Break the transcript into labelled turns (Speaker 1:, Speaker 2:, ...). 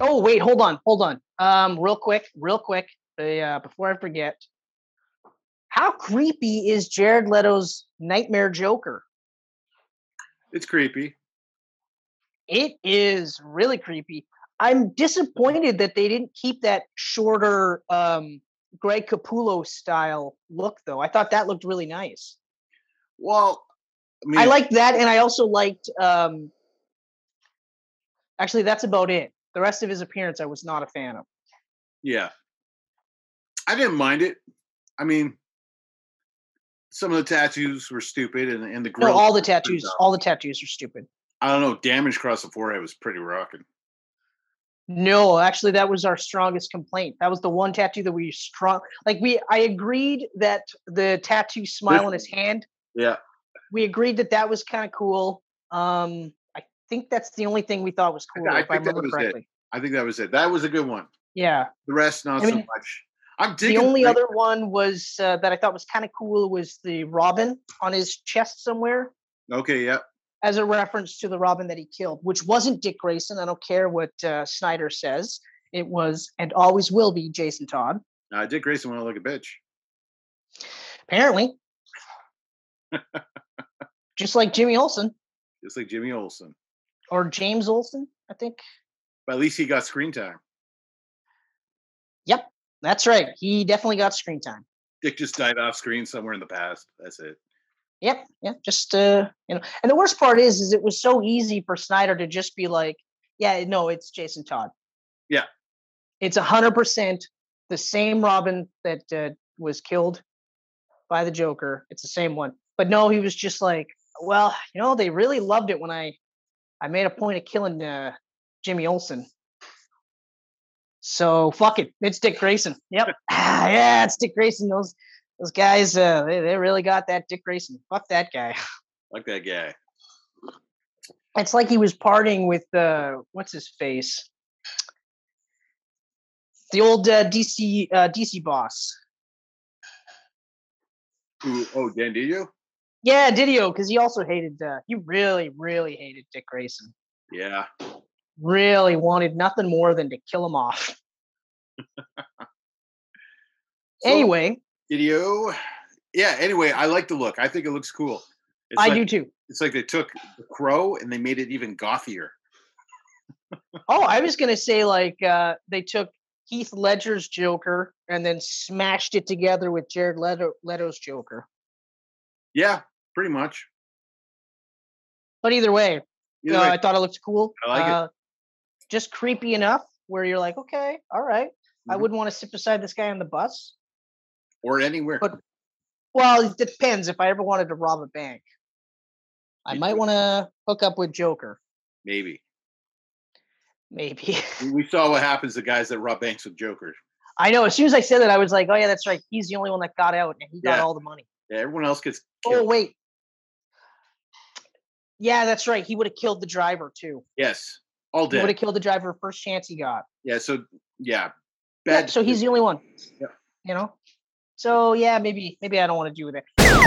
Speaker 1: Oh wait, hold on, hold on. Um, real quick, real quick. Uh, before I forget, how creepy is Jared Leto's Nightmare Joker?
Speaker 2: It's creepy.
Speaker 1: It is really creepy. I'm disappointed that they didn't keep that shorter um, Greg Capullo style look, though. I thought that looked really nice.
Speaker 2: Well,
Speaker 1: I, mean, I liked that, and I also liked. Um, actually, that's about it. The rest of his appearance, I was not a fan of.
Speaker 2: Yeah, I didn't mind it. I mean, some of the tattoos were stupid, and, and the
Speaker 1: no, all the tattoos, dumb. all the tattoos are stupid.
Speaker 2: I don't know. Damage across the forehead was pretty rocking.
Speaker 1: No, actually, that was our strongest complaint. That was the one tattoo that we strong like we. I agreed that the tattoo smile on his hand.
Speaker 2: Yeah,
Speaker 1: we agreed that that was kind of cool. Um, I think that's the only thing we thought was cool.
Speaker 2: I, I think that was correctly. it. I think that was it. That was a good one.
Speaker 1: Yeah.
Speaker 2: The rest, not I mean, so much. I'm
Speaker 1: The only other that. one was uh, that I thought was kind of cool was the robin on his chest somewhere.
Speaker 2: Okay. Yeah
Speaker 1: as a reference to the Robin that he killed, which wasn't Dick Grayson. I don't care what uh, Snyder says. It was and always will be Jason Todd.
Speaker 2: Uh, Dick Grayson went like a bitch.
Speaker 1: Apparently. Just like Jimmy Olsen.
Speaker 2: Just like Jimmy Olsen.
Speaker 1: Or James Olsen, I think.
Speaker 2: But at least he got screen time.
Speaker 1: Yep, that's right. He definitely got screen time.
Speaker 2: Dick just died off screen somewhere in the past. That's it.
Speaker 1: Yep, yeah, just uh, you know. And the worst part is, is it was so easy for Snyder to just be like, "Yeah, no, it's Jason Todd."
Speaker 2: Yeah,
Speaker 1: it's a hundred percent the same Robin that uh, was killed by the Joker. It's the same one. But no, he was just like, "Well, you know, they really loved it when I, I made a point of killing uh, Jimmy Olsen." So fuck it, it's Dick Grayson. Yep, Ah, yeah, it's Dick Grayson. Those those guys, uh, they, they really got that Dick Grayson. Fuck that guy.
Speaker 2: Fuck that guy.
Speaker 1: It's like he was partying with uh, what's his face, the old uh, DC uh, DC boss.
Speaker 2: Ooh, oh, Dan Didio.
Speaker 1: Yeah, Didio, because he also hated. Uh, he really, really hated Dick Grayson.
Speaker 2: Yeah.
Speaker 1: Really wanted nothing more than to kill him off. so- anyway,
Speaker 2: video. Yeah. Anyway, I like the look. I think it looks cool.
Speaker 1: It's I like, do too.
Speaker 2: It's like they took the crow and they made it even gothier.
Speaker 1: oh, I was gonna say like uh, they took Heath Ledger's Joker and then smashed it together with Jared Leto, Leto's Joker.
Speaker 2: Yeah, pretty much.
Speaker 1: But either way, either uh, way. I thought it looked cool.
Speaker 2: I like uh,
Speaker 1: it. Just creepy enough where you're like, okay, all right. mm-hmm. I wouldn't want to sit beside this guy on the bus
Speaker 2: or anywhere.
Speaker 1: But well, it depends. If I ever wanted to rob a bank, I you might want to hook up with Joker.
Speaker 2: Maybe.
Speaker 1: Maybe.
Speaker 2: we saw what happens to guys that rob banks with Joker.
Speaker 1: I know. As soon as I said that, I was like, "Oh yeah, that's right. He's the only one that got out, and he got
Speaker 2: yeah.
Speaker 1: all the money."
Speaker 2: Yeah, everyone else gets.
Speaker 1: Killed. Oh wait. Yeah, that's right. He would have killed the driver too.
Speaker 2: Yes, all day.
Speaker 1: Would have killed the driver first chance he got.
Speaker 2: Yeah. So yeah,
Speaker 1: bad. Yeah, so he's the only one.
Speaker 2: Yeah.
Speaker 1: You know. So yeah, maybe maybe I don't want to do that.